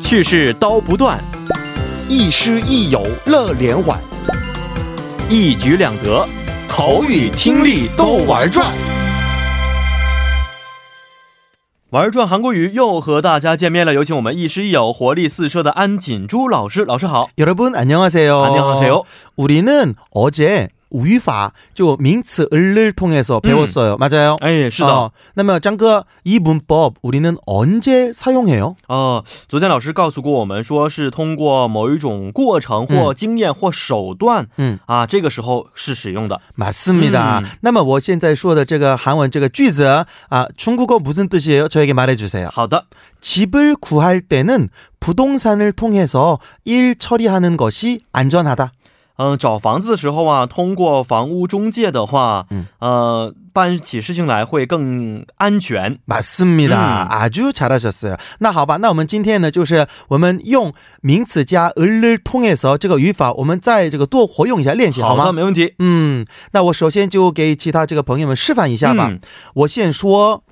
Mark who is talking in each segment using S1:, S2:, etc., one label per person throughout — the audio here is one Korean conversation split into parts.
S1: 去世刀不断，
S2: 亦师亦友乐连环，
S1: 一举两得。
S2: 口语听力都玩转。
S1: 玩转韩国语又和大家见面了，有请我们亦师亦友、活力四射的安锦珠老师。老师好，
S3: 여러분 안녕하세요.
S1: 안녕하세요.
S3: 우리는 어제 우유파, 저名词 을을 통해서 배웠어요. 음. 맞아요.
S1: 哎，是的，
S3: 어, 那么张哥,이 문법 우리는 언제 사용해요?
S1: 呃，昨天老师告诉过我们，说是通过某一种过程或经验或手段，
S3: 嗯
S1: 啊，这个时候是使用的。
S3: 맞습니다.
S1: 음.
S3: 那么我现在说的这个韩文这个句子, 아, 중국어 무슨 뜻이에요? 저에게 말해 주세요.
S1: 好的，
S3: 집을 구할 때는 부동산을 통해서 일 처리하는 것이 안전하다.
S1: 嗯，找房子的时候啊，通过房屋中介的话，嗯，呃，办起事情来会更安全。
S3: 맞습니다. 아주 잘하셨어요. 那好吧，那我们今天呢，就是我们用名词加을을 통해서
S1: 好的，
S3: 这个语法，我们在这个多活用一下，练习好吗？
S1: 没问题。
S3: 嗯，那我首先就给其他这个朋友们示范一下吧。
S1: 嗯
S3: 我先说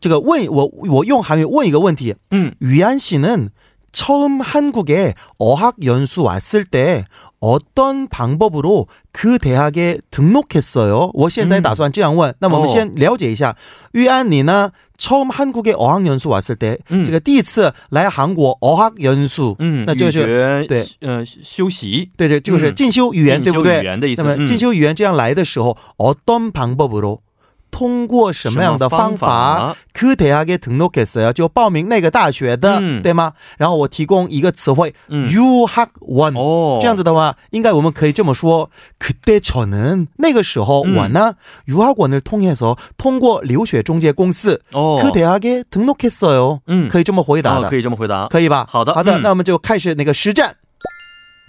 S3: 这个问我我用韩语问一个问题。
S1: 嗯，
S3: 위안 씨는 처음 한국에 어학 연수 왔을 때 어떤 방법으로 그 대학에 등록했어요?
S1: 哦。
S3: 我现在打算这样问，那么我们先了解一下，위안你呢 처음 한국에 어학 연수 왔을 때,
S1: 嗯。
S3: 这个第一次来韩国 어학 연수,
S1: 嗯，
S3: 那就是
S1: 语言
S3: 对，
S1: 呃，修习，
S3: 对对，就是
S1: 嗯。
S3: 进修语言，
S1: 进
S3: 对不
S1: 修
S3: 对
S1: 语？言的意思。
S3: 那么
S1: 嗯
S3: 进修语言这样来的时候，어떤방법으로通过什么样的方法嗯그대학에등록했어요？就啊报名那个大学的，
S1: 嗯
S3: 对吗？然后我提供一个词汇
S1: 嗯
S3: ，you have one。
S1: 哦，
S3: 这样子的话，应该我们可以这么说：그때저는那个时候
S1: 嗯
S3: 我呢，유학원을 통해서通过留学中介公司
S1: 哦，
S3: 그대학에등록했어요。
S1: 嗯，
S3: 哦可以这么回答
S1: 啊，
S3: 的
S1: 可。以这么回答。
S3: 可以吧？
S1: 아, 好的
S3: 好的，
S1: 嗯
S3: 那我们就开始那个实战。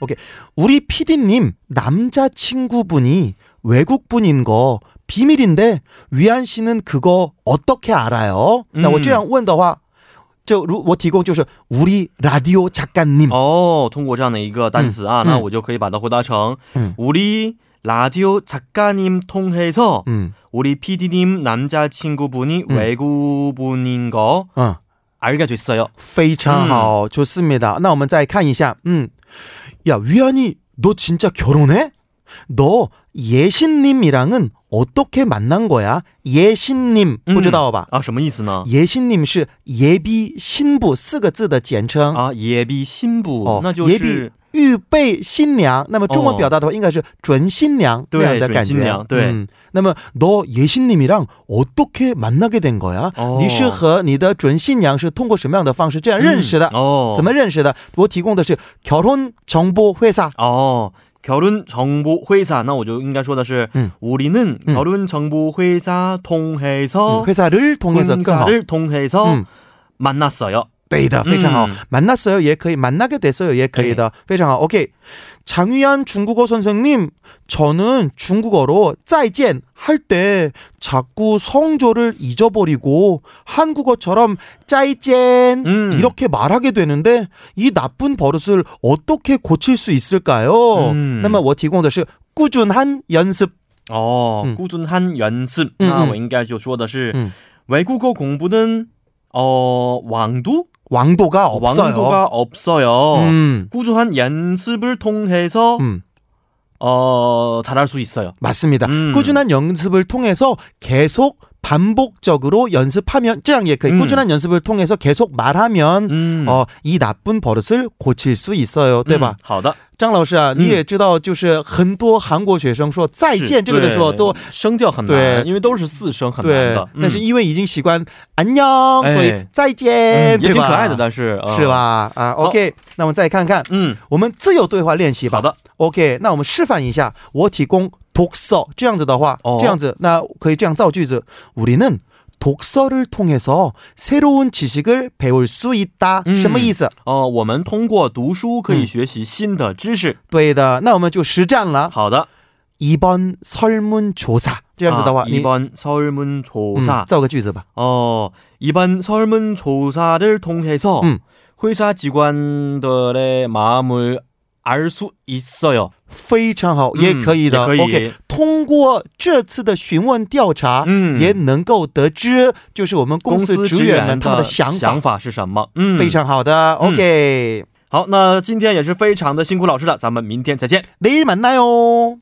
S3: OK，우리피디님남자친구분이외국분인거비밀인데위안씨는그거어떻게알아요？
S1: 嗯
S3: 那我这样问的话，就如我提供就是우리라디오작가님。
S1: 어。 哦，通过这样的一个单词啊，
S3: 嗯
S1: 那
S3: 嗯
S1: 我就可以把它回答成
S3: 嗯
S1: 우리라디오작가님통해서
S3: 嗯
S1: 우리 PD님 남자친구분이
S3: 음.
S1: 외국분인 거
S3: 嗯，
S1: 알게 됐어요.
S3: 어， 非常
S1: 음。
S3: 好，좋습니다。那我们再看一下，嗯，야위안이너진짜결혼해너예신님이랑은어떻게만난거야예신님
S1: 嗯
S3: 不知道吧？
S1: 啊，什么意思呢？
S3: 예신님是예비新部四个字的简称。
S1: 啊，예비新부나就
S3: 哦 예비
S1: 是
S3: 预备新娘。那么中文
S1: 哦
S3: 表达的话，应该是准新娘
S1: 对
S3: 那样的感觉。
S1: 准新娘对
S3: 嗯那么너예신님이랑어떻게만나게된거야？
S1: 哦
S3: 你是和你的准新娘是通过什么样的方式这样认识的？
S1: 嗯哦，
S3: 怎么认识的？我提供的是결혼정보회사。
S1: 哦？ 어, 결혼정보회사，那我就应该说的是，
S3: 嗯
S1: 우리는
S3: 음
S1: 결혼정보회사통해서
S3: 嗯회사를통해서
S1: 분
S3: 음. 更
S1: 사
S3: 好。
S1: 를통해서
S3: 嗯
S1: 만났어요。
S3: 对的，非常好
S1: 嗯。
S3: 만났어요也可以，만나게됐어요也可
S1: 네.
S3: 以的，非常好。OK，장위안중국어선생님저는중국어로再见할 때 자꾸 성조를 잊어버리고 한국어처럼 짜이젠
S1: 음.
S3: 이렇게 말하게 되는데 이 나쁜 버릇을 어떻게 고칠 수 있을까요?
S1: 음.
S3: 那么我提供的是 꾸준한 연습.
S1: 哦，
S3: 음.
S1: 어, 꾸준한 연습.
S3: 음,
S1: 那
S3: 음.
S1: 我应该就说的是，
S3: 음.
S1: 외국어 공부는 어 왕도
S3: 왕도가 없어요.
S1: 왕도가 없어요.
S3: 음.
S1: 꾸준한 연습을 통해서
S3: 음.
S1: 어 잘할 수 있어요.
S3: 맞습니다.
S1: 음.
S3: 꾸준한 연습을 통해서 계속 반복적으로 연습하면 짱 예, 그
S1: 음.
S3: 꾸준한 연습을 통해서 계속 말하면
S1: 음,
S3: 어, 이 나쁜 버릇을 고칠 수 있어요.
S1: 嗯
S3: 대박.
S1: 好的，
S3: 장라오시아,
S1: 음. 是
S3: 你也知道就是很多韩国学生说再见这个的时候都
S1: 对声调很
S3: 对
S1: 难，因因为都是四声很难
S3: 对
S1: 的，，
S3: 但是因为已经习惯안녕，
S1: 哎
S3: 所以再
S1: 嗯
S3: 见，
S1: 也
S3: 哎对
S1: 挺可
S3: 吧
S1: 爱的，但是呃
S3: 是吧？啊，OK，那我们再看看，
S1: 嗯，
S3: 我们自由对话练习吧。
S1: 好的，
S3: OK，那我们示范一下，我提供독서这样子的话，
S1: 哦
S3: 这样子那可以这样造句子。우리는독서를통해서새로운지식을배울수있다，
S1: 嗯
S3: 什么意思？
S1: 哦，我们通过读书可以
S3: 嗯
S1: 学习新的知识。
S3: 对的，那我们就实战了。
S1: 好的，
S3: 이번설문조사嗯这样子的话，你
S1: 이번설문조
S3: 嗯
S1: 사
S3: 造个句子吧。
S1: 어, 이번 설문조사를
S3: 嗯
S1: 통해서
S3: 음.
S1: 회사 직원들의 마음을 알 수 있어요.
S3: 非常好，
S1: 嗯
S3: 也可以的。
S1: 也可以
S3: OK，通过这次的询问调查，
S1: 嗯
S3: 也能够得知，就是我们公司职员们他们的想法，
S1: 想法是什么？嗯，
S3: 非常好的。 OK，
S1: 好。那今天也是非常的辛苦老师了，咱们明天再见。
S3: 내일 만나요.